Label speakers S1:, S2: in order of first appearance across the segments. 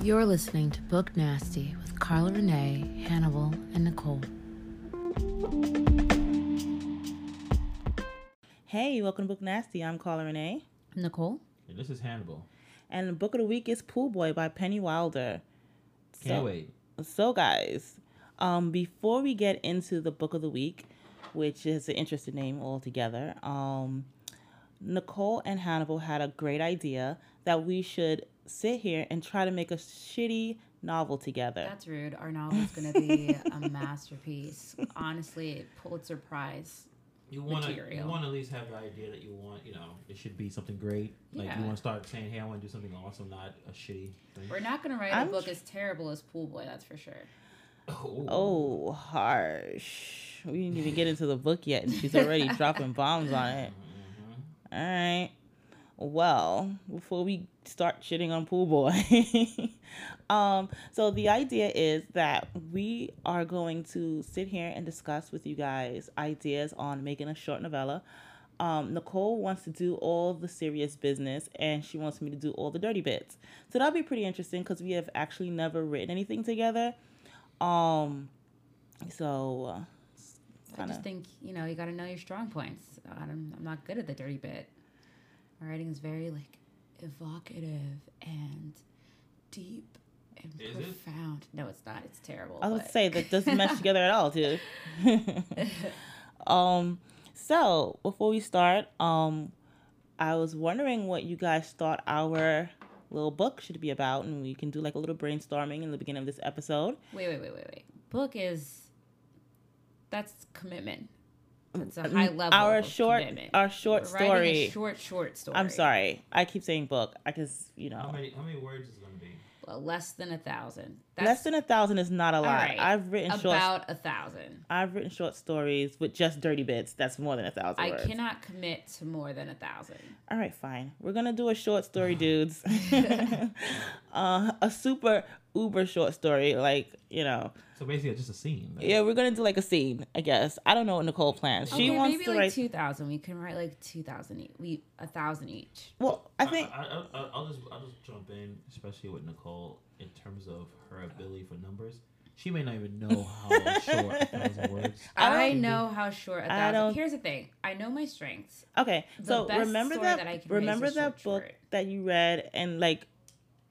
S1: You're listening to Book Nasty with Carla Renee, Hannibal, and Nicole.
S2: Hey, welcome to Book Nasty. I'm Carla Renee.
S1: Nicole?
S3: And this is Hannibal.
S2: And the book of the week is Pool Boy by Penny Wilder.
S3: Can't
S2: So-
S3: wait.
S2: So, guys, um, before we get into the book of the week, which is an interesting name altogether, um, Nicole and Hannibal had a great idea that we should sit here and try to make a shitty novel together.
S4: That's rude. Our novel's going to be a masterpiece. Honestly, Pulitzer Prize.
S3: You want to you
S4: Material.
S3: want to at least have the idea that you want. You know, it should be something great. Like you
S4: Yeah.
S3: want to start saying, "Hey, I want to do something awesome, not a shitty thing."
S4: We're not going to write
S2: I'm
S4: a book as terrible as Pool Boy, that's for sure.
S3: Oh,
S2: oh, harsh. We didn't even get into the book yet, and she's already dropping bombs on it.
S3: Mhm.
S2: All right. Well, before we start shitting on Pool Boy, um, so the idea is that we are going to sit here and discuss with you guys ideas on making a short novella. Um, Nicole wants to do all the serious business, and she wants me to do all the dirty bits. So that'll be pretty interesting because we have actually never written anything together. Um, so uh, it's
S4: I
S2: kinda-
S4: just think, you know, you got to know your strong points. I'm, I'm not good at the dirty bit. My writing is very, like, evocative and deep and
S3: Is it?
S4: profound. No, it's not. It's terrible.
S2: I would
S4: but-
S2: say that doesn't mesh together at all, dude. um, so before we start, um, I was wondering what you guys thought our little book should be about, and we can do like a little brainstorming in the beginning of this episode.
S4: Wait, wait, wait, wait, wait. Book is. That's commitment. That's a
S2: Um,
S4: high level.
S2: our
S4: of
S2: short,
S4: commitment.
S2: our short
S4: We're writing
S2: story.
S4: a short, short story.
S2: I'm sorry, I keep saying book. I guess you
S3: How
S2: know,
S3: many how many words is it going to be?
S4: Well, less than a thousand.
S2: less than a thousand is not a lot.
S4: right.
S2: I've written short.
S4: about a thousand.
S2: I've written short stories with just dirty bits. That's more than a thousand.
S4: I
S2: words.
S4: cannot commit to more than a thousand.
S2: All right, fine. We're gonna do a short story, dudes. uh, a super uber short story, like you know.
S3: So basically, it's just a scene. Like,
S2: Yeah, we're gonna do like a scene, I guess. I don't know what Nicole plans. She
S4: okay,
S2: wants
S4: maybe
S2: to
S4: like
S2: write.
S4: two thousand. We can write like two thousand each. We a thousand each.
S2: well, I think
S3: I, I, I, will just I'll just jump in, especially with Nicole in terms of her ability for numbers. She may not even know how short a thousand words.
S2: I don't-
S4: I, know how short a
S2: I
S4: thousand.
S2: don't-
S4: Here's the thing. I know my strengths.
S2: okay.
S4: Uh, the
S2: So
S4: best
S2: remember
S4: story
S2: that,
S4: that I can write is
S2: remember
S4: a
S2: that
S4: short
S2: book
S4: story.
S2: that you read and like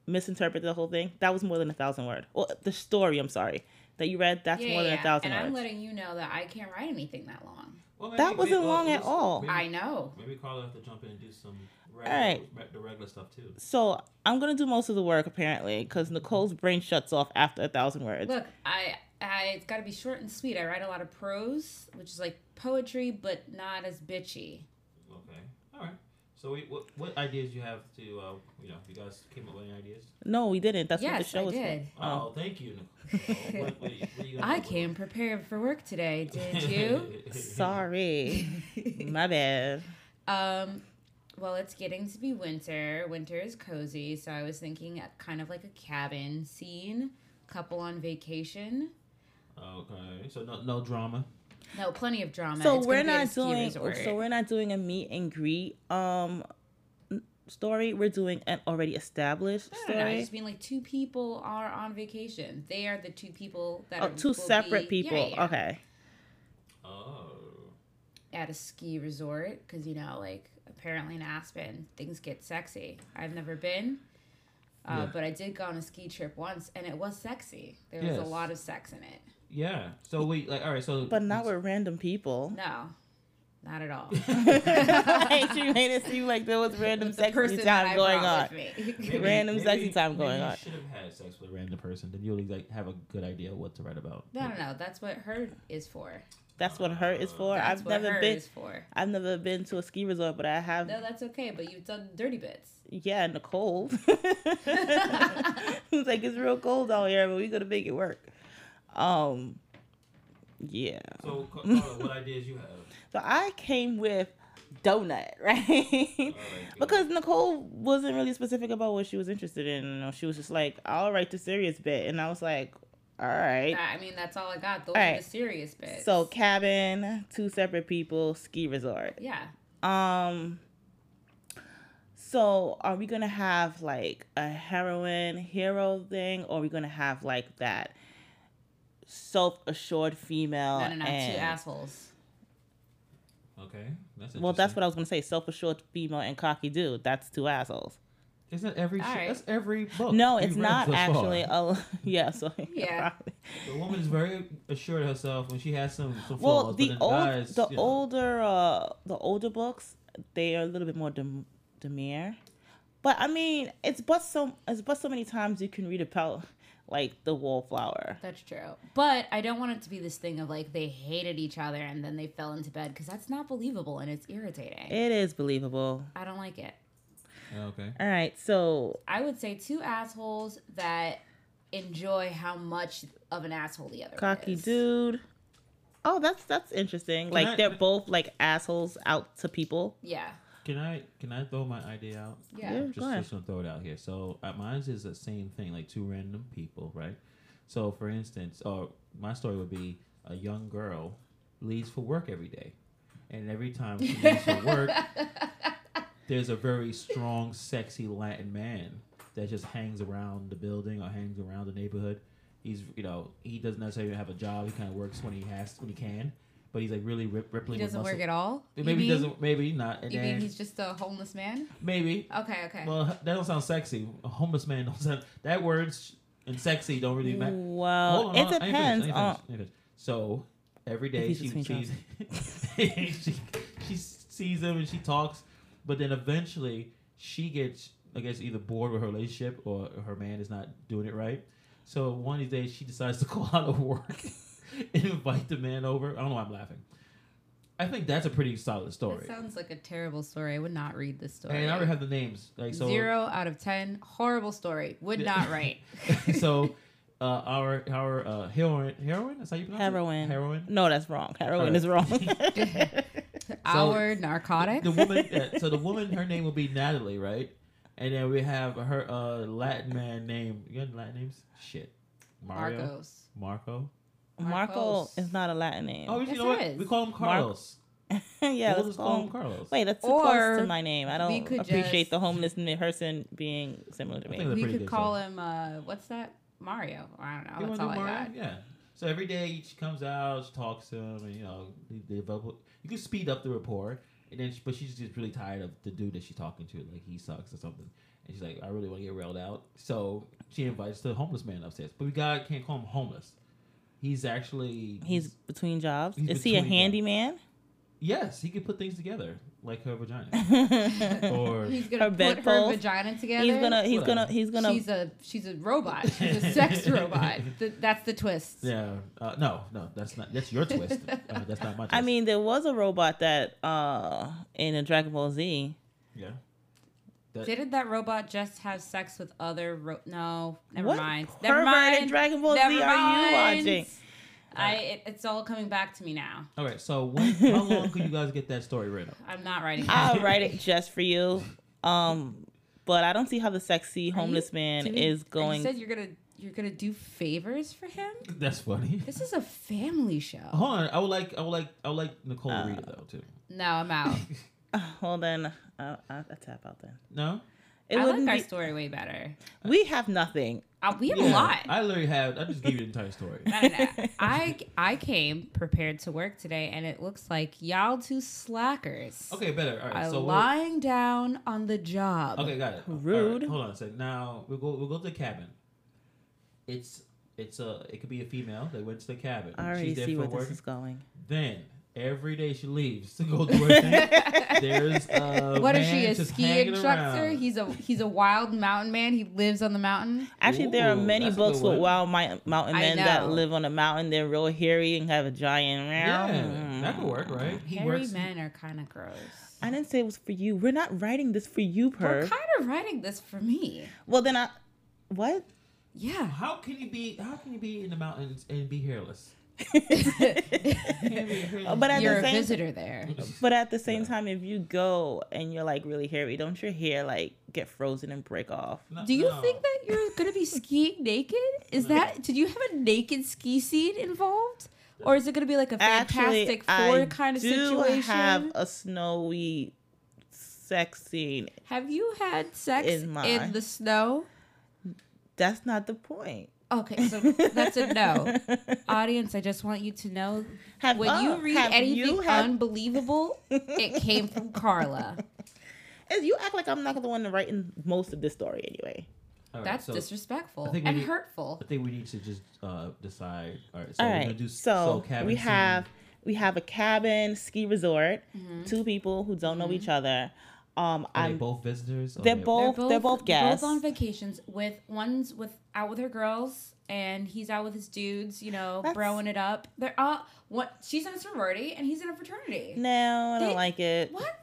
S2: misinterpreted the whole thing. That was more than a thousand word. Well, the story. I'm sorry that you read. That's more than a thousand
S4: And I'm
S2: words.
S4: letting you know that I can't write anything that long.
S3: Well,
S2: That wasn't long at
S3: let's-
S2: all.
S3: Maybe,
S4: I know.
S3: Maybe Carla have to jump in and do some regular,
S2: right.
S3: re- the regular stuff too.
S2: so I'm gonna do most of the work apparently, because Nicole's brain shuts off after a thousand words.
S4: Look, I, I it's got to be short and sweet. I write a lot of prose, which is like poetry, but not as bitchy.
S3: Okay. All right. So we, what, what ideas you have to uh, you know you guys came up with any ideas?
S2: No, we didn't. That's what the
S4: yes,
S2: show
S4: I
S2: was for.
S4: did.
S3: Oh, thank you. Nicole. what, what, what you gonna
S4: I
S3: come up
S4: came prepared for work today. Did you?
S3: with?
S2: Sorry. My bad.
S4: Um, well, it's getting to be winter. Winter is cozy, so I was thinking a- kind of like a cabin scene, couple on vacation.
S3: Okay. So no no drama.
S4: No, plenty of drama.
S2: so
S4: It's
S2: we're
S4: gonna be at a
S2: not
S4: ski
S2: doing
S4: resort.
S2: so we're not doing a meet and greet um n- story. We're doing an already established
S4: I don't know. I
S2: story.
S4: just mean like two people are on vacation. They are the two people that
S2: Oh,
S4: are
S2: two
S4: will
S2: separate
S4: be- yeah,
S2: people.
S4: yeah,
S2: Okay.
S3: Oh.
S4: At a ski resort because you know, like apparently in Aspen, things get sexy. I've never been, uh,
S3: Yeah.
S4: but I did go on a ski trip once, and it was sexy. There was
S3: Yes.
S4: a lot of sex in it.
S3: Yeah. So we like all right. So
S2: But not with random people.
S4: No, not at all.
S2: like she made it seem like there was random
S4: With the
S2: sexy
S4: person that
S2: time
S4: I
S2: going on.
S4: brought with me.
S3: Maybe-
S2: random sexy time
S3: maybe
S2: going on.
S3: You should have had sex with a random person. Then you'll like have a good idea what to write about.
S4: no, no, no. That's what her is for.
S2: That's what her is for.
S4: That's
S2: I've
S4: what
S2: never
S4: her
S2: been
S4: is for.
S2: I've never been to a ski resort, but I have
S4: No, that's okay. But you've done dirty bits.
S2: yeah, in the cold. it's like it's real cold out here, but we gotta make it work. Um, yeah.
S3: So Ca- Carla, what ideas you have?
S2: So I came with donut, right?
S3: All right, good.
S2: because Nicole wasn't really specific about what she was interested in. You know, she was just like, "I'll write the serious bit," and I was like, "All right."
S4: That- I mean, that's all I got. Those are
S2: Alright.
S4: the serious bits.
S2: So cabin, two separate people, ski resort.
S4: yeah,
S2: Um. So are we gonna have like a heroine hero thing, or are we gonna have like that self assured female?
S4: No, no, no.
S2: uh, and-
S4: Two assholes.
S3: Okay. That's
S2: Well, that's what I was gonna say. Self assured female and cocky dude. That's two assholes.
S3: Isn't every sh-
S4: All right.
S3: that's every book?
S2: No,
S3: we've
S2: it's
S3: Oh, read
S2: not
S3: so far.
S2: actually. A, yeah, so
S4: Yeah.
S3: The woman is very assured of herself when she has some, some
S2: Well,
S3: flaws,
S2: the
S3: but then
S2: old,
S3: guys,
S2: the
S3: you know,
S2: older, uh, the older books, they are a little bit more dem- demure. But I mean, it's but so it's but so many times you can read about like the wallflower.
S4: That's true. But I don't want it to be this thing of like they hated each other and then they fell into bed because that's not believable and it's irritating.
S2: It is believable.
S4: I don't like it.
S3: Yeah, Oh, okay.
S2: All right, so
S4: I would say two assholes that enjoy how much of an asshole the other one
S2: cocky
S4: is.
S2: dude. Oh, that's that's interesting. Like
S3: I-
S2: they're both like assholes out to people.
S4: Yeah.
S3: Can I can I throw my idea out?
S4: Yeah.
S2: Yeah.
S3: Just,
S2: Go ahead.
S3: just gonna throw it out here. So uh, mine is the same thing, like two random people, right? So for instance, uh, my story would be a young girl leaves for work every day, and every time she leaves for work, there's a very strong, sexy Latin man that just hangs around the building or hangs around the neighborhood. He's you know he doesn't necessarily have a job. He kind of works when he has when he can, but he's like really rip,
S4: He
S3: rippling.
S4: doesn't
S3: with muscle.
S4: work at E all. You
S3: Maybe he
S4: mean-
S3: doesn't. Maybe not. And
S4: You mean
S3: then
S4: he's just a homeless man?
S3: maybe
S4: Okay, okay.
S3: well, that don't sound sexy. A homeless man don't sound that words and sexy don't really matter.
S2: Mm. Well, it depends on.
S3: So every day
S2: He's
S3: she
S2: between
S3: sees, she she sees him and she talks, but then eventually she gets, I guess, either bored with her relationship or her man is not doing it right. So one of these days she decides to call out of work and invite the man over. I don't know why I'm laughing. I think that's a pretty solid
S4: that
S3: story.
S4: sounds like a terrible story. I would not read this story.
S3: And I already have the names. Like so
S4: Zero out of ten. Horrible story. Would
S3: Yeah.
S4: not write.
S3: so uh, our our uh, heroin heroin is how you pronounce
S2: Heroin.
S3: it? heroin.
S2: No, that's wrong. Heroin
S3: Alright.
S2: is wrong.
S4: Our narcotic.
S3: The woman. Yeah, so the woman, her name will be Natalie, right? And then we have her uh, Latin man name. You got Latin names? Shit. Mario.
S4: Marcos.
S3: Marco.
S2: Marco
S4: Marcos.
S2: is not a Latin name.
S3: Oh, you
S4: Yes,
S3: know
S4: it
S3: what?
S4: is.
S3: We call him Carlos.
S2: yeah,
S3: we'll
S2: let's
S3: just
S2: call him.
S3: Carlos.
S2: Wait, that's too close
S4: Or
S2: to my name. I
S4: we
S2: don't
S4: could
S2: appreciate
S4: just-
S2: the homeless n- person being similar to
S3: I think
S2: me.
S3: that-
S4: We
S3: pretty
S4: could
S3: good
S4: call him uh what's that? Mario. Or I don't
S3: You
S4: know. That's
S3: wanna
S4: all
S3: do
S4: I
S3: Mario?
S4: got.
S3: Yeah. So every day she comes out, she talks to him, and you know, they they develop. You can speed up the rapport, and then she, but she's just really tired of the dude that she's talking to, like he sucks or something. And she's like, I really want to get railed out. So she invites the homeless man upstairs, but we got can't call him homeless. He's actually
S2: He's between jobs.
S3: He's
S2: is he a
S3: between jobs.
S2: handyman?
S3: yes, he can put things together like her vagina
S2: he's
S3: or
S4: He's gonna
S2: Her
S4: put her
S2: bedpost.
S4: vagina together.
S2: gonna. He's
S3: Whatever.
S2: gonna. He's gonna.
S4: She's a she's a robot. She's a sex robot. Th- that's the twist.
S3: yeah. Uh, no, no, that's not that's your twist. Uh, that's not my. Twist.
S2: I mean, there was a robot that uh in a Dragon Ball Z.
S3: yeah. That-
S4: Didn't that robot just have sex with other ro- no? Never
S2: What
S4: mind.
S2: pervert
S4: Never mind.
S2: Dragon Ball
S4: Never
S2: Z are you
S4: mind.
S2: watching?
S4: I it, it's all coming back to me now.
S3: All right. So when, how long could you guys get that story written up?
S4: I'm not writing. that.
S2: I'll write it just for you. Um, but I don't see how the sexy homeless man
S4: Didn't-
S2: is
S4: You
S2: going.
S4: said you're gonna you're gonna do favors for him.
S3: That's funny.
S4: This is a family
S2: Oh.
S4: show.
S3: Hold on, I would like, I would like, I would like Nicole to
S4: Uh,
S3: read it though too.
S4: No, I'm out.
S2: Well, then I, I, I tap out then.
S3: No,
S2: It
S4: I like
S2: wouldn't
S4: our
S2: be-
S4: story way better.
S2: We have nothing.
S4: Uh, we have a
S3: Yeah,
S4: lot.
S3: I literally have. I just gave you the entire story.
S4: No, no, no. I I came prepared to work today, and it looks like y'all two slackers
S3: Okay, better. All right,
S4: are
S3: so we'll-
S4: lying down on the job.
S3: okay, got it. All right,
S2: Rude.
S3: hold on a sec. Now we'll go. We'll go to the cabin. It's it's a. It could be a female. They went to the cabin.
S2: I already
S3: She's there
S2: see
S3: for
S2: where
S3: work.
S2: this is going.
S3: Then every day she leaves to go do her thing. There's a
S4: What
S3: man
S4: is she? A
S3: just
S4: ski
S3: hanging
S4: instructor?
S3: around.
S4: He's a he's a wild mountain man. He lives on the mountain.
S2: Actually, there are
S3: Ooh,
S2: many
S3: that's a
S2: books
S3: good
S2: with wild
S3: one.
S2: mi- mountain
S4: I
S2: men that
S4: know.
S2: live on a mountain. They're real hairy and have a giant. Mm-hmm.
S3: yeah,
S4: Mm.
S3: that could work, right? He
S4: Hairy
S3: works.
S4: men are kind of gross.
S2: I didn't say it was for you. We're not writing this for you,
S4: We're
S2: Per.
S4: kind of writing this for me.
S2: Well, then I. What?
S4: Yeah.
S3: How can you be? How can you be in the mountains and be hairless?
S2: Oh, But at
S4: You're
S2: the
S4: a
S2: same,
S4: visitor there.
S2: but at the same time, if you go and you're like really hairy, don't your hair like get frozen and break off?
S3: No,
S4: Do you
S3: no.
S4: think that you're gonna be skiing naked? Is that did you have a naked ski scene involved, or is it gonna be like a
S2: Actually,
S4: Fantastic Four
S2: I
S4: kind of
S2: do
S4: situation?
S2: have a snowy sex scene.
S4: Have you had sex
S2: In
S4: in,
S2: my-
S4: the snow?
S2: That's not the point.
S4: Okay, so that's a no. Audience, I just want you to know
S2: Have-
S4: when
S2: oh,
S4: you read
S2: have
S4: anything
S2: you had-
S4: unbelievable, it came from Carla.
S2: And you act like I'm not the one writing most of this story anyway.
S3: All right,
S4: That's
S3: so
S4: disrespectful
S3: I think we
S4: and
S3: need-
S4: hurtful.
S3: I think we need to just uh, decide. All right, so
S2: All
S3: Oh, we're gonna
S2: right.
S3: do
S2: so
S3: cabin
S2: we
S3: scene.
S2: have we have a cabin ski resort. Two people who don't know each other. Um,
S3: Are they
S2: I'm.
S3: both visitors. or
S2: They're both. They're both, guests.
S4: on vacations with one's with out with her girls and he's out with his dudes, you know,
S2: That's-
S4: broing it up. They're all what she's in a sorority and he's in a fraternity.
S2: no, I don't
S4: They-
S2: like it.
S4: What?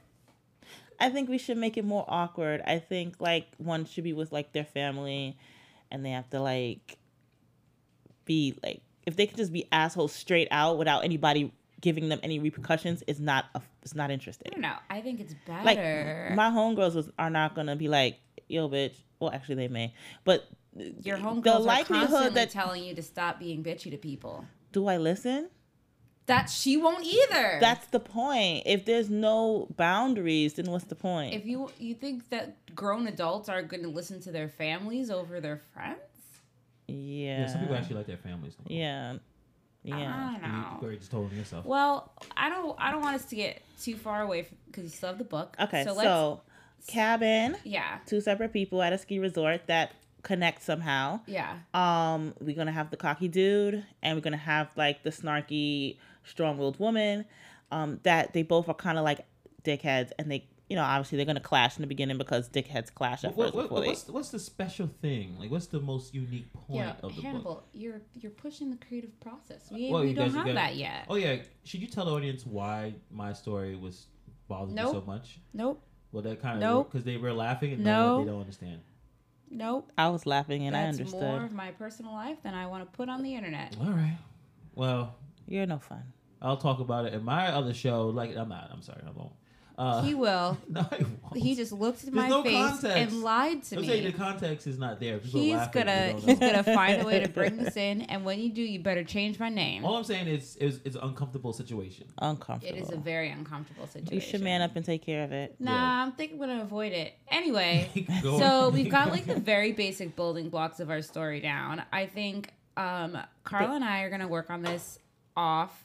S2: I think we should make it more awkward. I think like one should be with like their family, and they have to like be like if they could just be assholes straight out without anybody giving them any repercussions. It's not a, it's not
S4: I don't
S2: interesting.
S4: know. I think it's
S2: Like
S4: better.
S2: my homegirls was, are not gonna be like yo bitch. Well, actually they may, but
S4: Your homegirls
S2: the
S4: are
S2: likelihood
S4: constantly
S2: that
S4: telling you to stop being bitchy to people.
S2: do I listen?
S4: That she won't either.
S2: That's the point. If there's no boundaries, then what's the point?
S4: if you you think that grown adults are going to listen to their families over their friends.
S2: yeah.
S3: Yeah, some people actually like their families. though.
S2: Yeah. Yeah.
S4: I don't know.
S3: You, you just told yourself.
S4: Well, I don't. I don't want us to get too far away because you still have the book.
S2: Okay, so, cabin,
S4: yeah,
S2: two separate people at a ski resort that connect somehow.
S4: yeah,
S2: Um, we're gonna have the cocky dude, and we're gonna have like the snarky, strong-willed woman. Um, that they both are kind of like dickheads, and they, you know, obviously they're gonna clash in the beginning because dickheads clash at
S3: What- what-
S2: first.
S3: what-
S2: before they-
S3: what's, what's the special thing? Like, what's the most unique point
S4: yeah.
S3: of the book?
S4: Hannibal, you're you're pushing the creative process. We,
S3: Well,
S4: we
S3: you
S4: don't
S3: guys- you
S4: have
S3: guys-
S4: that yet.
S3: Oh yeah, should you tell the audience why my story was bothering you
S4: Nope.
S3: so much?
S4: Nope,
S3: Well, that kind of
S4: Nope.
S3: because they were laughing and no.
S4: No.
S3: they don't understand.
S4: nope.
S2: I was laughing, and I
S4: That's
S2: understood.
S4: more of my personal life than I want to put on the internet.
S3: All right, well,
S2: You're no fun.
S3: I'll talk about it in my other show. Like, I'm not. I'm sorry, I won't. Uh,
S4: he will.
S3: no, I won't.
S4: He just looked at
S3: There's
S4: my
S3: no
S4: face
S3: context.
S4: and lied to
S3: I'm
S4: me.
S3: saying the context is not there. People are
S4: He's
S3: laughing,
S4: gonna
S3: you don't
S4: he's
S3: know.
S4: gonna find a way to bring this in, and when you do, you better change my name.
S3: All I'm saying is, is it's an uncomfortable situation.
S2: Uncomfortable.
S4: It is a very uncomfortable situation.
S2: you should man up and take care of it.
S4: Nah,
S3: Yeah.
S4: I'm thinking I'm gonna avoid it anyway.
S3: Go
S4: so
S3: on.
S4: we've got like the very basic building blocks of our story down. I think um, Carla and I are gonna work on this off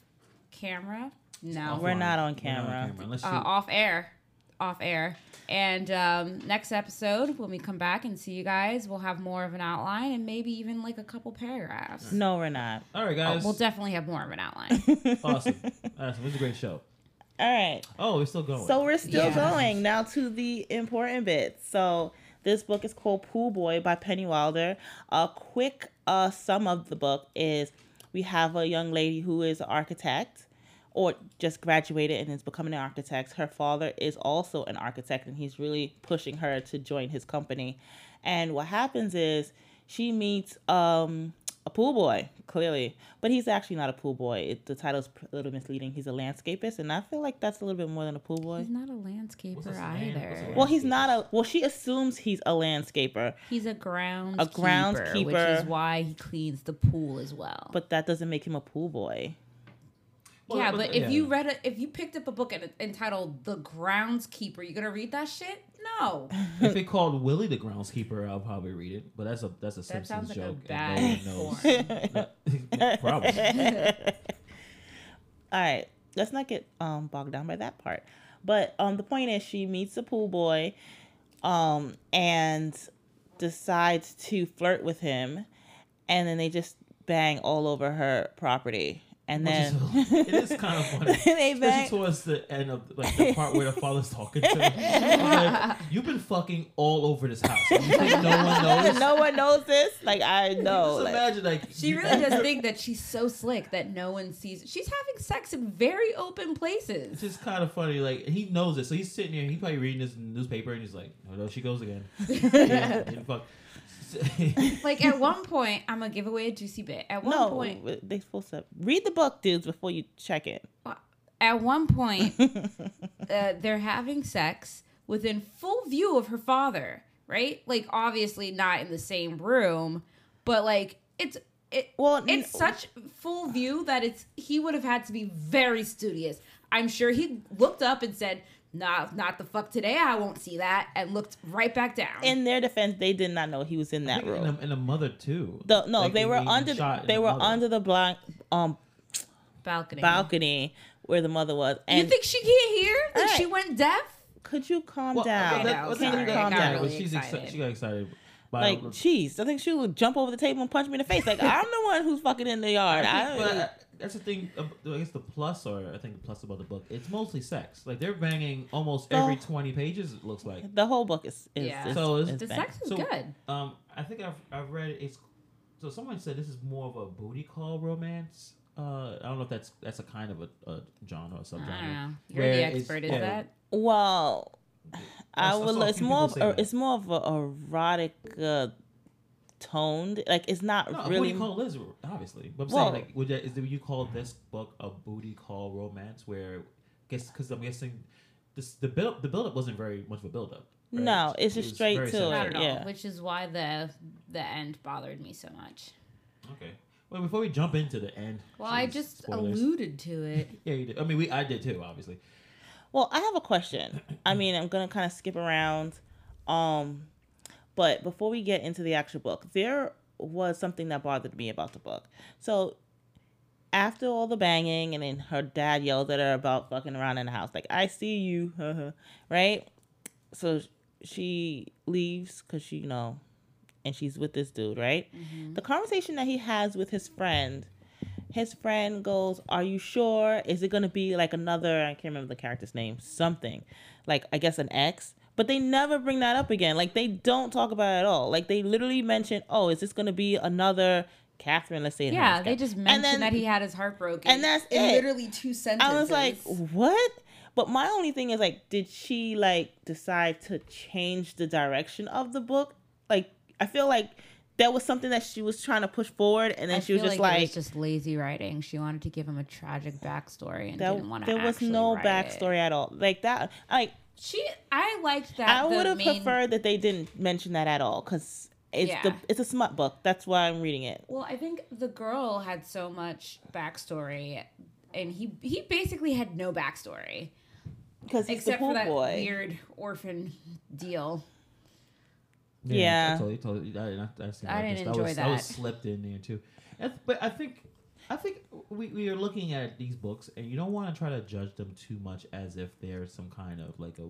S4: camera. No,
S3: Offline.
S2: We're not on
S3: We're not
S2: camera.
S3: Unless
S4: uh,
S3: you,
S4: off air, off air. And um, next episode, when we come back and see you guys, we'll have more of an outline and maybe even like a couple paragraphs.
S2: No, we're not.
S3: all right,
S4: Oh,
S3: guys.
S4: we'll definitely have more of an outline.
S3: awesome. Awesome. It was a great show.
S2: All right.
S3: Oh, we're still going.
S2: So we're still
S4: Yeah.
S2: going now to the important bits. So this book is called Pool Boy by Penny Wilder. A quick uh, sum of the book is we have a young lady who is an architect or just graduated and is becoming an architect. Her father is also an architect and he's really pushing her to join his company. And what happens is she meets um, a pool boy, clearly, but he's actually not a pool boy. It, the title's a little misleading. He's a landscapist, and I feel like that's a little bit more than a pool boy.
S4: He's not a
S3: What's his
S4: landscaper
S3: name? What's his
S4: either.
S3: name?
S2: Well, he's not a. Well, she assumes he's a landscaper,
S4: He's a grounds
S2: A groundskeeper.
S4: keeper, which is why he cleans the pool as well.
S2: but that doesn't make him a pool boy.
S3: Well,
S4: yeah, but if you
S3: yeah.
S4: read a, if you picked up a book en- entitled "The Groundskeeper," you gonna read that shit? No.
S3: if it called Willie the groundskeeper, I'll probably read it. But that's a that's a
S4: That
S3: Simpsons
S4: sounds like a
S3: joke.
S4: bad
S3: and no one knows.
S4: form.
S3: No- Probably.
S2: All right, let's not get um bogged down by that part. But um, the point is, she meets a pool boy, um, and decides to flirt with him, and then they just bang all over her property, and then
S3: Which is- it is kind of funny.
S2: They
S3: Especially
S2: back-
S3: towards the end of like the part where the father's talking to him. Like, You've been fucking all over this house. You think no one knows.
S2: no one knows this. Like I know.
S3: Just
S2: like-
S3: imagine like
S4: She
S3: you-
S4: really does think that she's so slick that no one sees. She's having sex in very open
S3: It's
S4: places.
S3: just kind of funny. Like he knows it, so he's sitting here. He probably reading this newspaper, and he's like, "Oh no, she goes again." Yeah, and fuck.
S4: Like at one point, I'm gonna give away a juicy bit. At one
S2: no,
S4: point,
S2: they supposed to read the book, dudes, before you check it.
S4: at one point, uh, they're having sex within full view of her father. Right? Like obviously not in the same room, but like it's it.
S2: Well,
S4: it's
S2: n-
S4: such full view that it's he would have had to be very studious. I'm sure he looked up and said, not not the fuck today. I won't see that, and looked right back down.
S2: In their defense, they did not know he was in that room.
S3: and, a, and a mother too.
S2: The, no,
S3: Like,
S2: they were
S3: being
S2: under
S3: shot
S2: the,
S3: and
S2: they
S3: the
S2: were
S3: mother. Mm.
S2: under the block um
S4: balcony.
S2: balcony where the mother was.
S4: you
S2: And
S4: think she can't hear? Like
S2: Right.
S4: she went deaf?
S2: could you calm
S3: Well,
S2: down?
S4: I know,
S3: what's
S4: sorry,
S2: Can you
S4: I
S2: calm
S4: got
S2: down?
S4: really
S3: Well, she's excited.
S4: excited.
S3: she got excited. By
S2: Like, jeez, I think she would jump over the table and punch me in the face. Like, I'm the one who's fucking in the yard. I,
S3: but I- that's the thing. uh, I guess the plus, or I think the plus about the book, it's mostly sex. Like they're banging almost
S2: The-
S3: every twenty pages. It looks like.
S2: the whole book is, is,
S4: Yeah.
S2: is-
S3: So is-
S2: is
S4: The
S2: bad.
S4: sex is
S3: So,
S4: good.
S3: Um, I think I've I've read it's. So someone said this is more of a booty call romance. Uh, I don't know if that's that's a kind of a, a genre or
S4: I
S3: subgenre.
S4: don't know. You're
S3: Where
S4: the
S3: it's-
S4: expert. Is
S3: yeah.
S4: that?
S2: Well, I
S3: I
S2: would.
S3: saw a
S2: It's
S3: few
S2: more.
S3: people
S2: Of,
S3: say that.
S2: it's more of a erotic uh, toned. Like it's not
S3: No,
S2: really.
S3: a booty call is obviously. But I'm
S2: Well-
S3: saying, like, would that, is would you call this book a booty call romance? Where, guess because I'm guessing, this the build the build up wasn't very much of a build up.
S2: No, it's just straight to it.
S4: Not at all.
S2: yeah.
S4: Which is why the the end bothered me so much.
S3: Okay. Well, before we jump into the end,
S4: Well, I
S3: jeez,
S4: just
S3: spoilers.
S4: alluded to it.
S3: Yeah, you did. I mean, we I did too, obviously.
S2: Well, I have a question. I mean, I'm gonna kind of skip around, um, but before we get into the actual book, there was something that bothered me about the book. So, after all the banging, and then her dad yelled at her about fucking around in the house, like "I see you," right? So she leaves because she, you know, and she's with this dude, right?
S4: Mm-hmm.
S2: The conversation that he has with his friend his friend goes, Are you sure? Is it gonna be like another I can't remember the character's name, something. Like I guess an ex. But they never bring that up again. Like they don't talk about it at all. Like they literally mention, Oh, is this gonna be another Catherine, let's say her
S4: Yeah,
S2: name's
S4: they
S2: Catherine."
S4: just mentioned
S2: then-
S4: that he had his heart broken.
S2: and that's
S4: in
S2: it.
S4: literally two sentences.
S2: I was like, What? But my only thing is like, did she like decide to change the direction of the book? Like I feel like that was something that she was trying to push forward and then
S4: I
S2: she was
S4: feel
S2: just
S4: like, it
S2: like
S4: was just lazy writing. She wanted to give him a tragic backstory and didn't want
S2: that,
S4: to.
S2: there was
S4: actually
S2: no
S4: write it.
S2: backstory at all. Like that, like
S4: She, I liked that.
S2: I
S4: the
S2: would have
S4: main-
S2: preferred that they didn't mention that at all because it's the
S4: Yeah.
S2: it's a smut book. That's why I'm reading it.
S4: Well, I think the girl had so much backstory, and he he basically had no backstory
S2: Because he's
S4: except
S2: the
S4: for
S2: pool
S4: that
S2: boy.
S4: weird orphan deal.
S2: Yeah.
S3: I totally, totally. I, didn't- I, seen
S4: I
S3: that.
S4: didn't
S3: That was,
S4: enjoy
S3: That was
S4: that.
S3: slipped in there too. That's- But I think, I think we, we are looking at these books, and you don't want to try to judge them too much as if they're some kind of like a.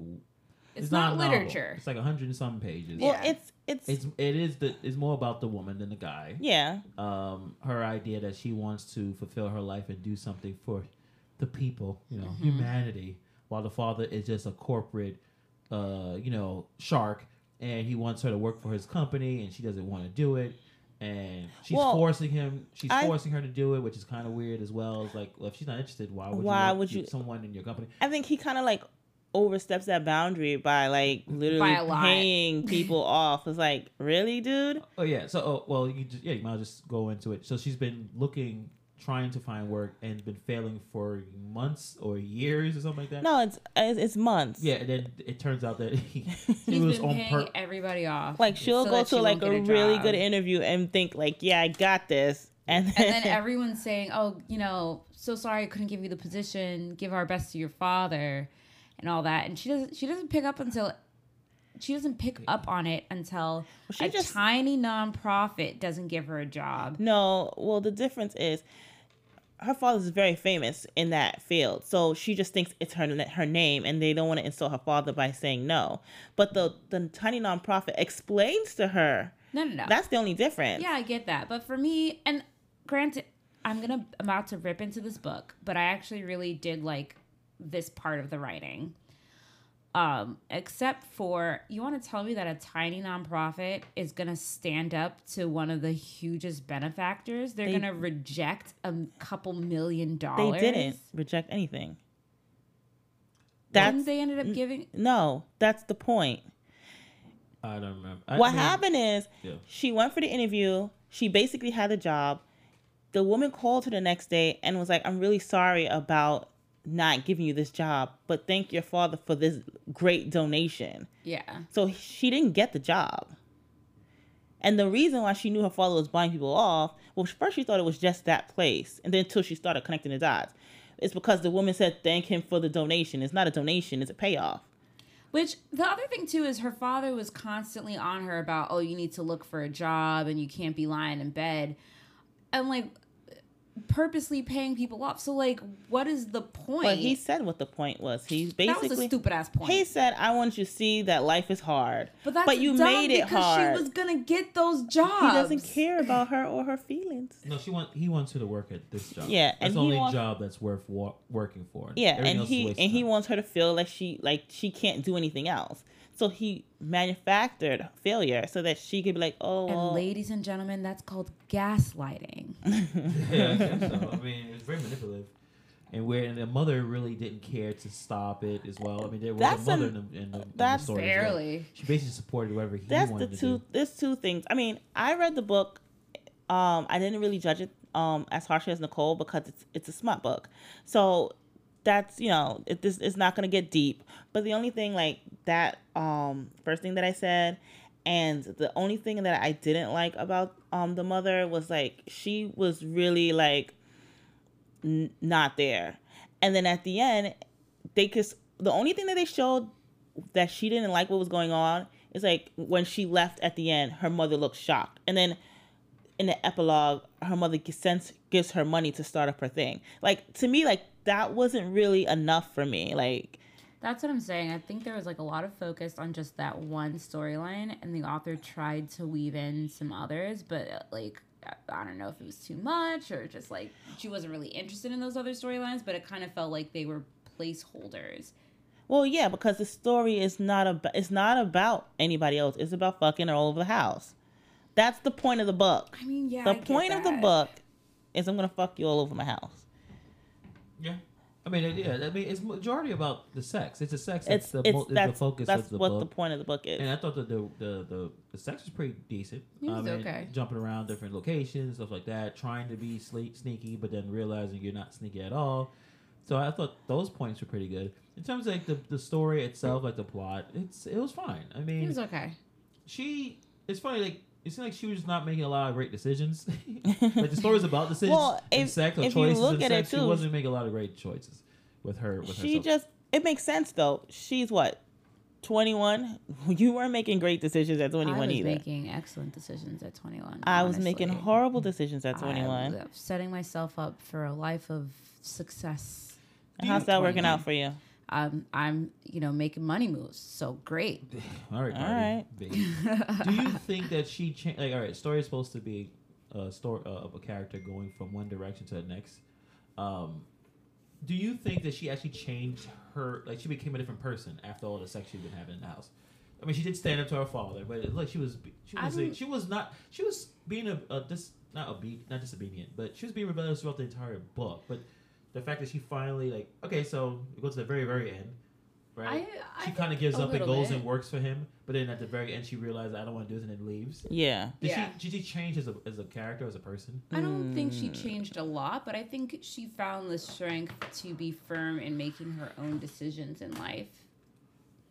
S4: It's, not,
S3: a novel.
S4: literature.
S3: It's like a hundred and some pages.
S2: Well,
S4: Yeah.
S2: it's it's,
S3: It's it is the it's more about the woman than the guy.
S2: yeah.
S3: Um, her idea that she wants to fulfill her life and do something for the people, you know, humanity, while the father is just a corporate, uh, you know, shark, and he wants her to work for his company, and she doesn't want to do it, and she's
S2: Well,
S3: forcing him. She's
S2: I-
S3: forcing her to do it, which is kind of weird as well. It's like, well, if she's not interested, why would
S2: Why
S3: you want
S2: would
S3: you-
S2: you-
S3: someone in your company?
S2: I think he kind of like oversteps that boundary by like literally
S4: By a lot.
S2: paying people off. It's like really, dude.
S3: Oh yeah. So oh, well, you just, yeah, you might as well just go into it. So she's been looking, trying to find work, and been failing for months or years or something like that.
S2: No, it's it's, it's months.
S3: Yeah, and then it turns out that he, he
S4: He's
S3: was
S4: been
S3: on
S4: paying
S3: per-
S4: everybody off.
S2: Like she'll
S4: so
S2: go
S4: that she
S2: to like
S4: won't get
S2: a, really
S4: job.
S2: good interview and think like, yeah, I got this, and then,
S4: and then everyone's saying, "Oh, you know, so sorry I couldn't give you the position. Give our best to your father, and all that." And she doesn't. She doesn't pick up until she doesn't pick up on it until
S2: she
S4: a
S2: just-
S4: tiny nonprofit doesn't give her a job.
S2: No, well, the difference is her father's very famous in that field, so she just thinks it's her her name, and they don't want to insult her father by saying no. But the the tiny nonprofit explains to her.
S4: No, no, no.
S2: That's the only difference.
S4: yeah, I get that. But for me, and granted, I'm gonna I'm about to rip into this book, but I actually really did like this part of the writing. Um, except for you want to tell me that a tiny nonprofit is gonna stand up to one of the hugest benefactors? They're
S2: They-
S4: gonna reject a couple million
S2: they
S4: dollars.
S2: didn't reject anything.
S4: Then
S2: That's
S4: they ended up giving.
S2: no. That's the point.
S3: I don't remember.
S2: what happened is
S3: Yeah.
S2: she went for the interview. She basically had a job. The woman called her the next day and was like, "I'm really sorry about not giving you this job, but thank your father for this great donation."
S4: Yeah.
S2: So she didn't get the job. And the reason why she knew her father was buying people off, well, first she thought it was just that place, and then until she started connecting the dots, It's because the woman said thank him for the donation. It's not a donation, it's a payoff.
S4: Which the other thing too is her father was constantly on her about, oh, you need to look for a job and you can't be lying in bed. And like purposely paying people off. So like what is the point?
S2: But he said what the point was. He
S4: that was a
S2: basically
S4: stupid ass point.
S2: he said, "I want you to see that life is hard,
S4: but that's
S2: you
S4: dumb
S2: made it
S4: because
S2: hard."
S4: she was gonna get those jobs.
S2: he doesn't care about her or her feelings.
S3: No, she want he wants her to work at this job.
S2: Yeah,
S3: that's
S2: and
S3: the
S2: he
S3: only
S2: wants-
S3: job that's worth wa- working for.
S2: Yeah,
S3: Everything
S2: and
S3: else is a
S2: he
S3: waste
S2: and
S3: of
S2: he
S3: time.
S2: wants her to feel like she like she can't do anything else. So he manufactured failure so that she could be like, "Oh, well,
S4: And ladies and gentlemen, that's called gaslighting.
S3: yeah, I guess so. I mean, it's very manipulative. And where and the mother really didn't care to stop it as well. I mean, there was
S2: That's
S3: a mother
S2: an-
S3: in the, in the, in
S2: that's
S3: the story. as well.
S4: Barely.
S3: She basically supported whatever he
S2: that's the
S3: wanted to
S2: two
S3: do.
S2: there's two things i mean i read the book um i didn't really judge it um as harshly as nicole because it's it's a smut book so that's you know it, this it's not going to get deep but the only thing like that um first thing that i said and the only thing that i didn't like about um the mother was like she was really like n- not there and then at the end they could s- the only thing that they showed that she didn't like what was going on is like when she left at the end her mother looked shocked and then in the epilogue her mother g- sends gives her money to start up her thing like to me like that wasn't really enough for me like
S4: That's what I'm saying. I think there was like a lot of focus on just that one storyline, and the author tried to weave in some others, but uh, like I- I don't know if it was too much or just like she wasn't really interested in those other storylines, but it kind of felt like they were placeholders.
S2: well yeah because the story is not about it's not about anybody else it's about fucking all over the house that's the point of the book
S4: I mean, yeah.
S2: the
S4: I get
S2: point of the
S4: that.
S2: book is i'm gonna fuck you all over my house
S3: Yeah. I mean, it- yeah. I mean, it's majority about the sex. It's the sex.
S2: it's
S3: that's the,
S2: it's
S3: mo- is
S2: that's
S3: the focus
S2: that's
S3: of the
S2: what
S3: book.
S2: the point of the book is
S3: And I thought that the the, the, the sex was pretty decent.
S4: It was
S3: I mean,
S4: okay.
S3: Jumping around different locations, stuff like that, trying to be sleek, sneaky, but then realizing you're not sneaky at all. So I thought those points were pretty good. In terms of like the, the story itself, like the plot, it's it was fine. I
S4: It
S3: mean,
S4: was okay.
S3: she it's funny like it seemed like she was just not making a lot of great decisions. like the story's about decisions
S2: Well,
S3: and
S2: if-
S3: sex or
S2: if you
S3: choices
S2: look
S3: and
S2: at
S3: sex.
S2: it,
S3: She
S2: too,
S3: wasn't making a lot of great choices with her. With
S2: she
S3: herself.
S2: just it makes sense though she's what 21 you weren't making great decisions at 21
S4: I was
S2: either
S4: making excellent decisions at 21.
S2: i was making
S4: honestly.
S2: horrible decisions at
S4: I
S2: 21
S4: was setting myself up for a life of success.
S2: And how's that working out for you
S4: Um, I'm, you know, making money moves. So great.
S3: All right,
S2: All
S3: Cardi
S2: right.
S3: B. Do you think that she changed? Like, all right, story is supposed to be a story uh, of a character going from one direction to the next. Um, do you think that she actually changed her? Like, she became a different person after all the sex she'd been having in the house. I mean, she did stand up to her father, but it, like she was, she was,
S4: I'm-
S3: like, she was not, she was being a, a dis, not obe, not disobedient, but she was being rebellious throughout the entire book. But the fact that she finally, like, okay, so it goes to the very, very end, right?
S4: I, I
S3: she
S4: think
S3: kind of gives
S4: a
S3: up and
S4: little
S3: goes
S4: bit.
S3: and works for him, but then at the very end, she realizes I don't want to do this and then leaves.
S2: yeah
S3: Did
S4: Yeah.
S3: she did she change as a as a character as a person?
S4: I don't think
S2: Hmm.
S4: she changed a lot, but I think she found the strength to be firm in making her own decisions in life.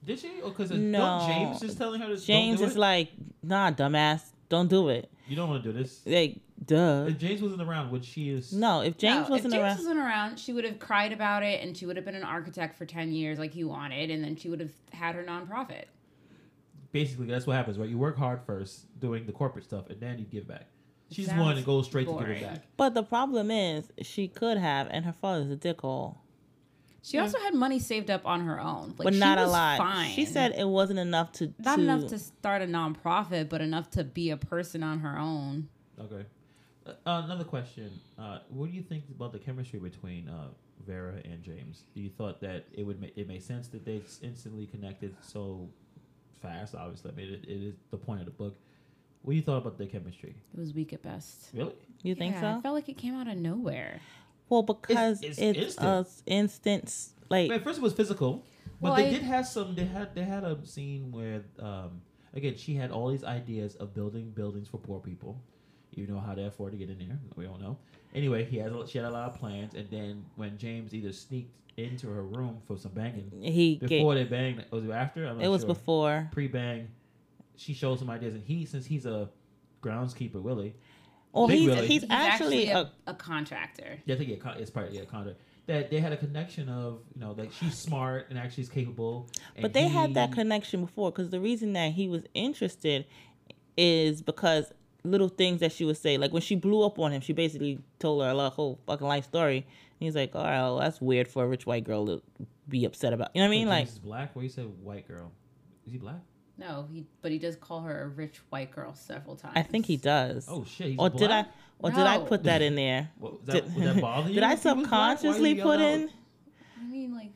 S3: Did she? Oh, Because
S2: No.
S3: James is telling her to
S2: james
S3: don't do
S2: is
S3: it?
S2: like nah dumbass don't do it
S3: you don't want to do this.
S2: like duh
S3: If James wasn't around, would she is
S2: no if
S4: No,
S2: james
S4: if
S2: wasn't
S4: James
S2: around
S4: wasn't around, she would have cried about it, and she would have been an architect for ten years, like he wanted, and then she would have had her nonprofit.
S3: basically that's what happens, right? You work hard first doing the corporate stuff, and then you give back. She's
S4: sounds
S3: one to go straight to give
S4: boring.
S3: it back.
S2: but the problem is she could have and her father's a dickhole
S4: She also had money saved up on her own, like,
S2: but
S4: she
S2: not a
S4: was
S2: lot
S4: Fine.
S2: she said it wasn't enough to
S4: not
S2: to,
S4: enough to start a nonprofit, but enough to be a person on her own.
S3: Okay. Uh, another question: uh, What do you think about the chemistry between uh, Vera and James? Do you thought that it would make it made sense that they s- instantly connected so fast? Obviously, I mean, it, it is the point of the book. What you thought about the chemistry?
S4: It was weak at best.
S3: Really?
S2: you think
S4: Yeah,
S2: so
S4: I felt like it came out of nowhere.
S2: well because
S3: it's
S2: it's, a
S3: instant.
S2: instance like
S3: I mean, first it was physical, but
S4: Well,
S3: they
S4: I-
S3: did have some. They had they had a scene where um, again she had all these ideas of building buildings for poor people. You know how to afford to get in there. We all know. Anyway, he has a- she had a lot of plans, and then when James either sneaked into her room for some banging
S2: he gave,
S3: before they banged, was it after? I'm not
S2: it was
S3: sure.
S2: before
S3: pre-bang. She showed some ideas, and he since he's a groundskeeper, Willie.
S2: Well,
S3: Big
S2: he's,
S3: Willie.
S2: he's, actually, a,
S4: a, a contractor.
S3: Yeah, I think yeah, con- it's part yeah, contract. that they had a connection of you know like she's smart and actually is capable. and
S2: But they had that
S3: he-
S2: connection before because the reason that he was interested is because little things that she would say. Like when she blew up on him, she basically told her a whole fucking life story. And he's like, all right, well, that's weird for a rich white girl to be upset about. You know what I mean?
S3: James
S2: Like,
S3: is black. What you said, white girl? Is he black?
S4: No, he but he does call her a rich white girl several times.
S2: I think he does.
S3: Oh shit! He's
S2: or
S3: black?
S2: did I? Or did I
S4: No.
S2: put that in there?
S3: What, was that, would that bother you?
S2: did I
S3: if he was black? Why you
S2: subconsciously
S3: yelled
S2: put
S3: out-
S2: in?
S4: I mean, like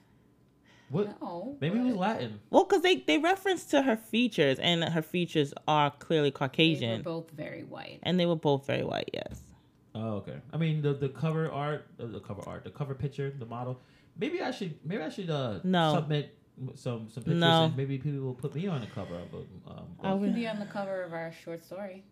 S3: What?
S4: no.
S3: Maybe it was
S4: but
S3: Latin.
S2: Well, because they they reference to her features, and her features are clearly
S4: They were
S2: Caucasian,
S4: both very white.
S2: and they were both very white. Yes.
S3: Oh, okay. I mean, the the cover art, uh, the cover art, the cover picture, the model. Maybe I should, maybe I should uh,
S2: No.
S3: submit some some pictures,
S2: No.
S3: and maybe people will put me on the cover of a. Um,
S2: I
S3: book.
S4: Could
S2: would-
S4: be on the cover of our short story.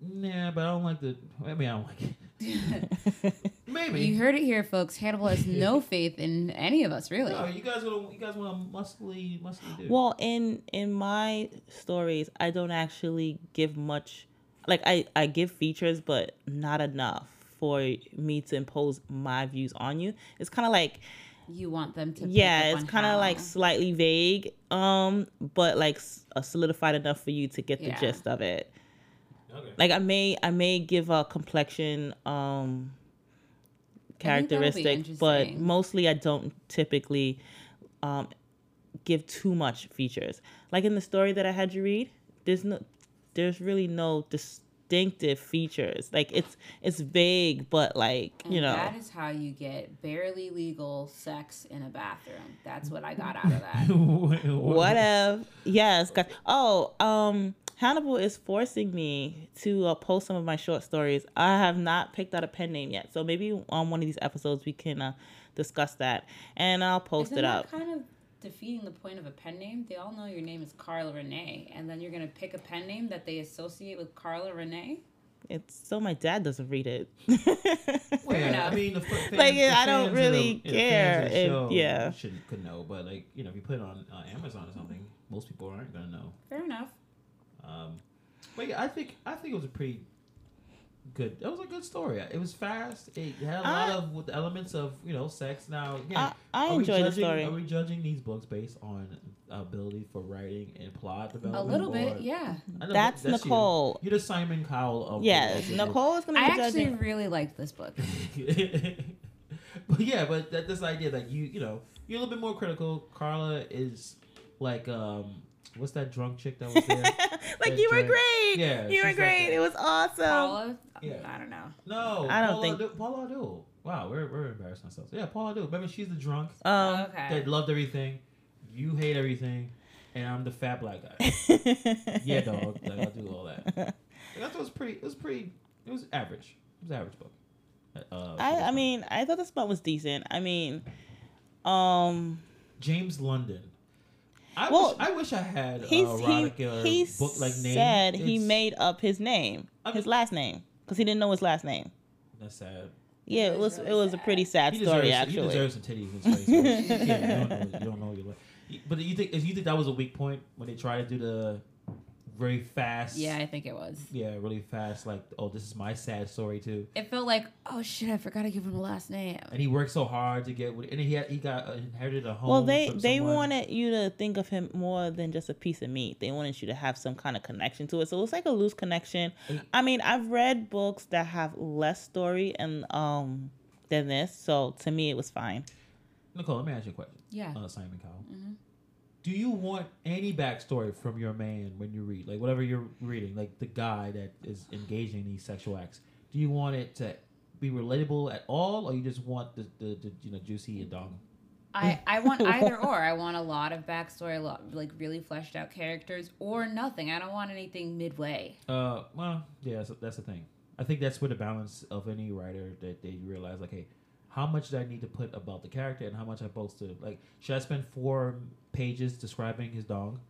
S3: Nah, but I don't like the. I mean, I don't like it. Maybe.
S4: You heard it here, folks. Hannibal has no faith in any of us, really.
S3: No, you guys want you guys want a muscly muscly dude.
S2: Well, in in my stories, I don't actually give much. Like I I give features, but not enough for me to impose my views on you. It's kind of like
S4: You want them to. pick
S2: yeah,
S4: up
S2: it's
S4: on
S2: kind
S4: how-
S2: of like slightly vague, um, but like s- uh, solidified enough for you to get the
S4: Yeah.
S2: gist of it.
S3: okay.
S2: Like I may I may give a complexion um
S4: think that would be
S2: characteristic, but
S4: interesting.
S2: mostly I don't typically um give too much features. Like in the story that I had you read, there's no there's really no distinctive features. Like it's it's vague, but like, you
S4: And
S2: know,
S4: That is how you get barely legal sex in a bathroom. That's what I got out of that.
S3: what,
S2: Whatever. Yes, guys. Oh, um, Hannibal is forcing me to uh, post some of my short stories. I have not picked out a pen name yet, so maybe on one of these episodes we can uh, discuss that, and I'll post
S4: Isn't
S2: it
S4: that
S2: up.
S4: kind of defeating the point of a pen name? They all know your name is Carla Renee, and then you're gonna pick a pen name that they associate with Carla Renee.
S2: It's so my dad doesn't read it.
S3: Well,
S4: Fair enough.
S3: I mean, the fa- fans,
S2: Like,
S3: the
S2: I don't
S3: fans of the-
S2: really
S3: yeah, the fans of
S2: care
S3: the
S2: if-
S3: show
S2: yeah.
S3: should could know, but like you know, if you put it on uh, Amazon or something, most people aren't gonna know.
S4: Fair enough.
S3: Um, but yeah, I think I think it was a pretty good. It was a good story. It was fast. It had a lot
S2: I-
S3: of with elements of you know sex. Now, again,
S2: I- I
S3: are we
S2: enjoyed the
S3: judging-
S2: story.
S3: Are we judging these books based on ability for writing and plot
S4: A
S3: development?
S4: little
S3: or-
S4: bit, yeah.
S3: I know,
S2: That's
S3: you.
S2: Nicole.
S3: You're the Simon Cowell of the
S2: yes,
S3: Walking
S2: Nicole is gonna
S4: I
S2: be
S4: actually
S2: judging.
S4: really liked this book.
S3: Dead. but yeah, but that, this idea that you you know you're a little bit more critical. Carla is like um, what's that drunk chick that was there?
S2: like you were
S3: judge.
S2: great.
S3: Yeah,
S2: you were
S3: she's like
S2: great.
S3: that.
S2: It was awesome.
S4: Paula,
S3: Yeah.
S4: I don't know.
S3: No,
S2: I don't
S3: Paula
S2: think-
S3: Du- Paula Abdul. Wow, we're we're embarrassing ourselves. Yeah, Paula Abdul. Remember, she's the drunk
S2: Um,
S4: okay.
S3: that loved everything. You hate everything, and I'm the fat black guy.
S2: Um,
S3: yeah, dog. Like, I'll do all that. That's was pretty. It was pretty. It was average. It was average book. Uh, for this
S2: I I
S3: one.
S2: mean, I thought the spot was decent. I mean, um.
S3: James London. I
S2: Well,
S3: wish I wish I had a
S2: he's,
S3: erotic
S2: he,
S3: uh,
S2: he
S3: book like name.
S2: said he
S3: It's-
S2: made up his name,
S3: I
S2: his
S3: mean-
S2: last name, because he didn't know his last name.
S3: That's sad.
S2: Yeah, it
S4: is
S2: was
S4: really
S2: it was a
S4: sad.
S2: pretty sad
S3: He
S2: story
S3: deserves, he
S2: actually.
S3: deserves some titties in space. yeah, you don't know, you don't know your life. But you think if you think that was a weak point when they tried to do the very fast.
S4: Yeah, I think it was.
S3: Yeah, really fast. Like, oh, this is my sad story too.
S4: It felt like, oh shit, I forgot to give him a last name.
S3: And he worked so hard to get. with- And he had, he got uh, inherited a home.
S2: Well, they
S3: from
S2: they
S3: someone.
S2: wanted you to think of him more than just a piece of meat. They wanted you to have some kind of connection to it. So it's like a loose connection.
S3: And-
S2: I mean, I've read books that have less story and um than this, so to me it was fine.
S3: Nicole, let me ask you a question.
S4: Yeah.
S3: Uh, Simon Cowell. Do you want any backstory from your man when you read, like whatever you're reading, like the guy that is engaging in these sexual acts? Do you want it to be relatable at all, or you just want the, the, the you know juicy dong?
S4: I, I want either or. I want a lot of backstory, a lot, like really fleshed out characters, or nothing. I don't want anything midway.
S3: Uh, well, yeah, so that's the thing. I think that's where the balance of any writer that they realize, like, hey, how much do I need to put about the character, and how much I'm supposed to like? Should I spend four pages describing his dong?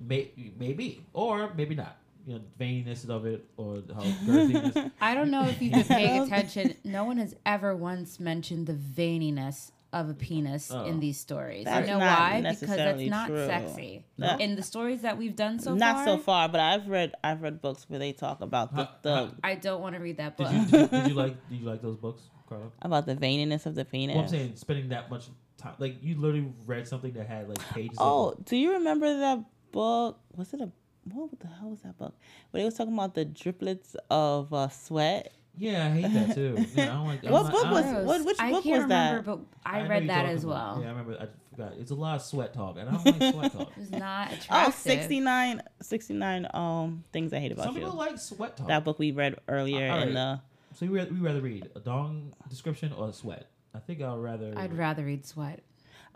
S3: May- maybe, or maybe not. You know, veininess of it, or how girthiness.
S4: I don't know if you've been
S2: I
S4: paying
S2: don't-
S4: attention. No one has ever once mentioned the veininess of a penis
S3: Oh.
S4: in these stories.
S2: That's
S4: you know
S2: not
S4: why? Because that's
S2: necessarily
S4: not
S2: true.
S4: sexy.
S2: No.
S4: In the stories that we've done so
S2: Not
S4: far,
S2: so far, but I've read I've read books where they talk about the,
S3: Huh,
S2: the
S3: huh.
S4: I don't want to read that book.
S3: did, you, did you like? Did you like those books? caught up.
S2: about the veininess of the penis.
S3: Well, I'm saying spending that much time, like you literally read something that had like pages.
S2: Oh,
S3: of
S2: do you remember that book? Was it a what the hell was that book? But it was talking about the driplets of uh, sweat.
S3: yeah, I hate that too. Yeah, I don't like. I'm
S2: What
S3: not-
S2: book
S3: I-
S2: was-
S4: Gross.
S2: what- which
S4: I
S2: book
S4: can't
S2: was that?
S4: remember, but I,
S3: know
S4: read
S3: you're
S4: that
S3: talking
S4: as
S3: about.
S4: well.
S3: Yeah, I remember. I forgot. It's a lot of sweat talk, and I don't like sweat talk.
S4: It was not attractive.
S2: Oh, 69, 69 um things I hate about
S3: Some
S2: you.
S3: people like sweat talk.
S2: that book we read earlier
S3: All
S2: in the
S3: So we rather, we rather read a dong description or a sweat. I think I'd rather.
S4: I'd rather read sweat.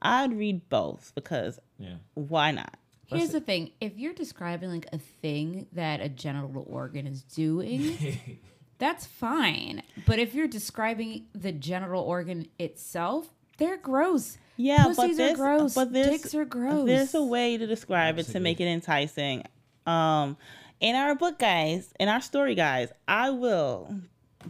S2: I'd read both because
S3: Yeah.
S2: why not?
S4: Here's the thing: if you're describing like a thing that a genital organ is doing, that's fine. But if you're describing the genital organ itself, they're gross.
S2: Yeah,
S4: Pussies
S2: but
S4: are
S2: this,
S4: gross.
S2: but this,
S4: Dicks are gross.
S2: There's a way to describe it to
S3: Absolutely.
S2: make it enticing. Um, in our book, guys, in our story, guys, I will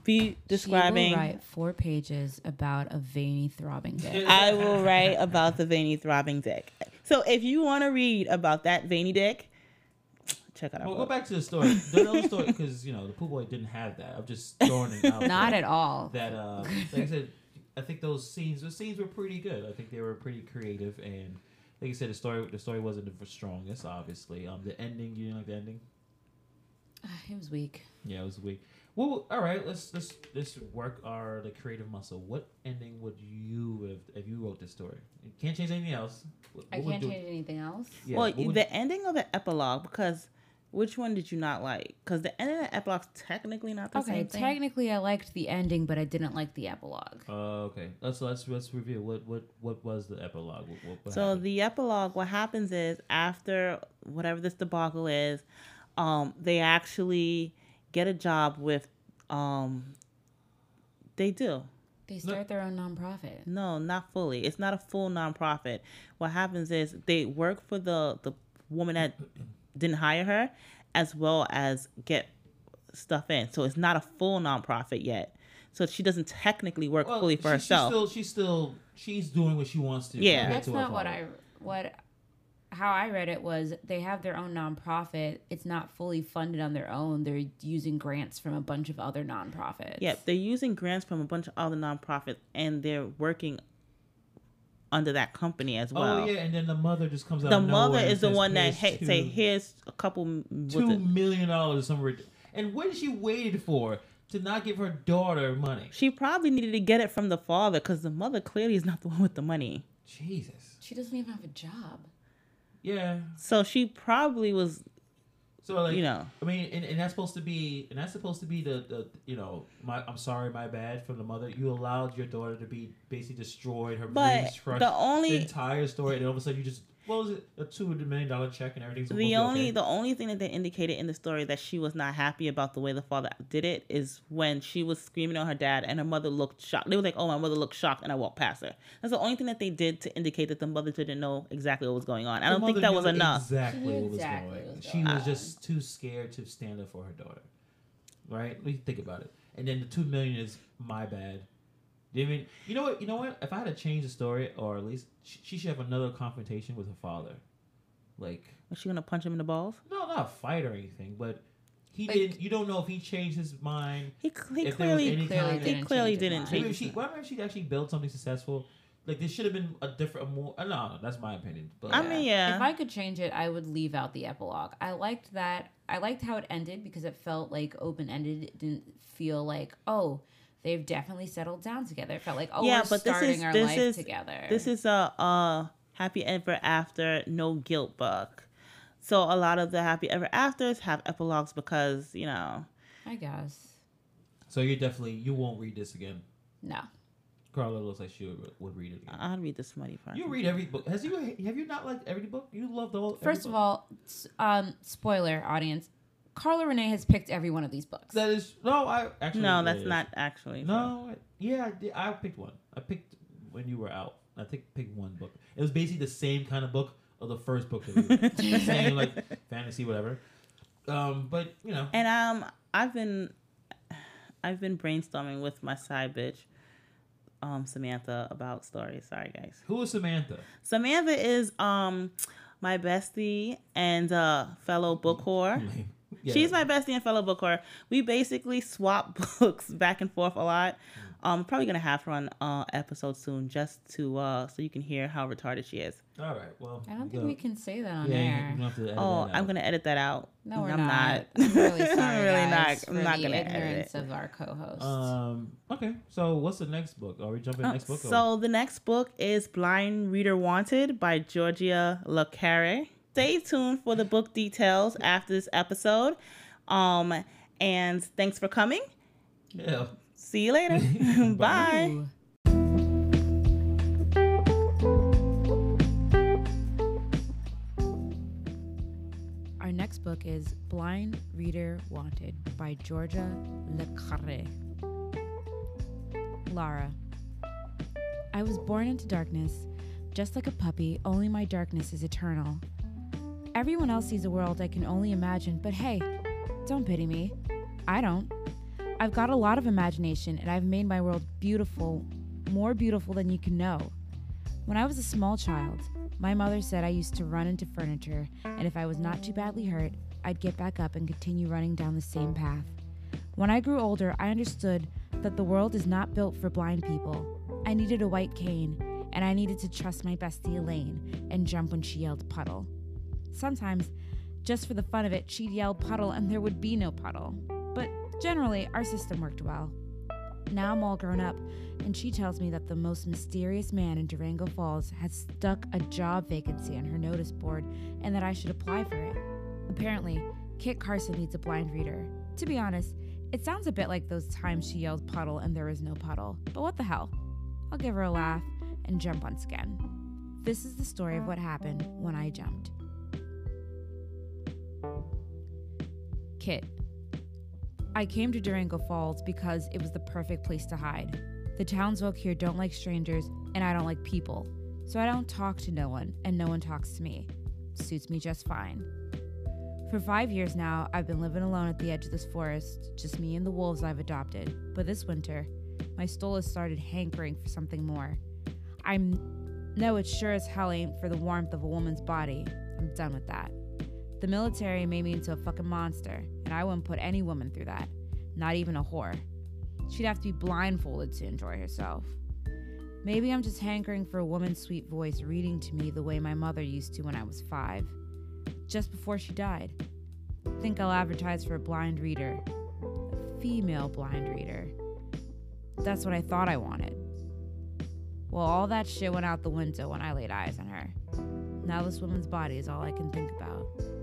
S2: be
S4: She
S2: describing.
S4: will write four pages about a veiny throbbing dick.
S2: I will write about the veiny throbbing dick. So if you want to read about that veiny dick, check out our
S3: Well, go
S2: book.
S3: back to the story. The other story, because you know the pool boy didn't have that. I'm just throwing it out.
S4: Not
S3: there.
S4: at all.
S3: that. Uh, like I said, I think those scenes, those scenes were pretty good. I think they were pretty creative, and like I said, the story, the story wasn't the strongest, obviously. Um, the ending, you didn't like the ending.
S4: it was weak.
S3: Yeah, it was weak. Well, all right, let's let's let's work our the creative muscle. What ending would you have if you wrote this story? You can't change anything else. What,
S4: I
S3: what would
S4: can't
S3: you-
S4: change anything else.
S3: yeah,
S2: well,
S3: what would-
S2: the ending of the epilogue because. Which one did you not like? Because the end of the epilogue's technically not the
S4: Okay,
S2: same thing.
S4: technically I liked the ending, but I didn't like the epilogue.
S3: Uh, okay, let's let's let's review what what what was the epilogue. What, what, what
S2: So
S3: happened?
S2: the epilogue, what happens is after whatever this debacle is, um, they actually get a job with, um, they do.
S4: They start their own nonprofit.
S2: No, not fully. It's not a full nonprofit. What happens is they work for the the woman that didn't hire her, as well as get stuff in. So it's not a full nonprofit yet. So she doesn't technically work
S3: Well,
S2: fully for
S3: she-
S2: herself.
S3: She's still, she's still she's doing what she wants to.
S2: Yeah.
S3: compared
S4: That's
S3: to her
S4: not what
S3: father.
S4: I what how I read it was they have their own nonprofit. It's not fully funded on their own. They're using grants from a bunch of other nonprofits.
S2: Yeah, they're using grants from a bunch of other nonprofits, and they're working under that company as well.
S3: Oh yeah, and then the mother just comes out.
S2: The
S3: of nowhere
S2: mother
S3: and
S2: is the
S3: says,
S2: one that
S3: "Here's
S2: hey, say,
S3: two-
S2: "Here's a couple." m- was
S3: two
S2: it-
S3: million dollars somewhere. And what did she waited for to not give her daughter money?
S2: She probably needed to get it from the father because the mother clearly is not the one with the money.
S3: Jesus.
S4: She doesn't even have a job.
S3: Yeah.
S2: So she probably was.
S3: So like
S2: You know.
S3: I mean, and, and that's supposed to be, and that's supposed to be the, the you know, my I'm sorry, my bad from the mother. You allowed your daughter to be basically destroyed, her
S2: But
S3: dreams crushed,
S2: the only-
S3: entire story, and all of a sudden you just what was it a two hundred million dollar check and everything's supposed to
S2: The
S3: be
S2: only
S3: okay?
S2: the only thing that they indicated in the story that she was not happy about the way the father did it is when she was screaming on her dad and her mother looked shocked. They were like, "Oh, my mother looked shocked," and I walked past her. That's the only thing that they did to indicate that the mother didn't know exactly what was going on. I
S3: The
S2: don't think
S3: mother
S2: that
S3: knew
S2: was enough.
S4: She
S3: Exactly
S4: knew
S3: what was
S4: exactly
S3: going.
S4: what was
S3: She
S4: going
S3: was
S4: on.
S3: just too scared to stand up for her daughter. Right? What do you think about it? And then the two million is my bad. You know what I mean, you know what? You know what? If I had to change the story, or at least she, she should have another confrontation with her father. Like,
S2: Was she gonna punch him in the balls?
S3: no, not a fight or anything, but he
S4: Like-
S3: didn't. You don't know if he changed his mind.
S2: He, he
S3: If there was
S2: clearly,
S3: any kind of-
S2: he clearly didn't
S4: Change
S3: Maybe
S2: change.
S3: if she, why don't she actually build something successful? Like, there should have been a different, a more. uh, No, no, that's my opinion. But
S2: I mean, yeah.
S4: If I could change it, I would leave out the epilogue. I liked that. I liked how it ended because it felt like open ended. It didn't feel like oh, they've definitely settled down together. It felt like oh,
S2: Yeah,
S4: we're
S2: but this
S4: starting
S2: is-
S4: our
S2: this
S4: life
S2: is-
S4: together.
S2: This is a, a happy ever after, no guilt book. So a lot of the happy ever afters have epilogues because you know
S4: I guess
S3: so you're definitely you won't read this again.
S4: no.
S3: Carla looks like she would, would read it. Again.
S2: I'd read the smutty part.
S3: You read every book. Has you have you not liked every book? You love the whole. every
S4: First of
S3: book.
S4: all, s- um, spoiler audience. Carla Renee has picked every one of these books.
S3: that is no. I actually
S2: No, that's
S3: it is.
S2: not actually. true.
S3: No, I- yeah, I, did- I picked one. I picked when you were out. I think picked one book. It was basically the same kind of book of the first book that we read. The same like fantasy, whatever. Um, but you know,
S2: And um, I've been, I've been brainstorming with my side bitch, um, Samantha about stories. Sorry, guys.
S3: who is Samantha?
S2: Samantha is um, my bestie and uh, fellow book whore.
S3: Mm. Yeah. Mm.
S2: She's my bestie and fellow book whore. We basically swap books back and forth a lot. Um, I'm probably gonna have her on uh episode soon, just to uh, so you can hear how retarded she is.
S3: All right. Well,
S5: I don't
S3: you
S5: think
S3: go-
S5: we can say that on
S3: Yeah, you-
S5: air.
S3: you don't have to edit
S2: Oh,
S3: that
S2: I'm
S3: out.
S2: gonna edit that out.
S5: No, we're
S2: I'm
S5: not. I'm really sorry,
S2: I'm really
S5: guys,
S2: not. I'm
S5: for
S2: not
S5: the
S2: gonna edit
S5: ignorance
S2: it.
S5: of our co-hosts.
S3: Um. Okay. So, what's the next book? Are we jumping to the
S2: Oh,
S3: next book? or-
S2: so the next book is Blind Reader Wanted by Georgia Le Carre. Stay tuned for the book details after this episode. Um, and thanks for coming.
S3: yeah.
S2: See you later.
S3: Bye.
S2: Bye.
S5: Ooh.
S4: Our next book is Blind Reader Wanted by Georgia Le Carre. Lara. I was born into darkness. Just like a puppy, only my darkness is eternal. Everyone else sees a world I can only imagine, but hey, don't pity me. I don't. I've got a lot of imagination and I've made my world beautiful, more beautiful than you can know. When I was a small child, my mother said I used to run into furniture, and if I was not too badly hurt, I'd get back up and continue running down the same path. When I grew older, I understood that the world is not built for blind people. I needed a white cane, and I needed to trust my bestie Elaine and jump when she yelled puddle. Sometimes, just for the fun of it, she'd yell puddle and there would be no puddle. But generally, our system worked well. Now I'm all grown up, and she tells me that the most mysterious man in Durango Falls has stuck a job vacancy on her notice board and that I should apply for it. Apparently, Kit Carson needs a blind reader. To be honest, it sounds a bit like those times she yelled puddle and there was no puddle, but what the hell? I'll give her a laugh and jump once again. This is the story of what happened when I jumped. Kit. I came to Durango Falls because it was the perfect place to hide. The townsfolk here don't like strangers, and I don't like people. So I don't talk to no one, and no one talks to me. Suits me just fine. For five years now, I've been living alone at the edge of this forest, just me and the wolves I've adopted. But this winter, my soul has started hankering for something more. I'm. No, it sure as hell ain't for the warmth of a woman's body. I'm done with that. The military made me into a fucking monster, and I wouldn't put any woman through that. Not even a whore. She'd have to be blindfolded to enjoy herself. Maybe I'm just hankering for a woman's sweet voice reading to me the way my mother used to when I was five, just before she died. Think I'll advertise for a blind reader, a female blind reader. That's what I thought I wanted. Well, all that shit went out the window when I laid eyes on her. Now this woman's body is all I can think about.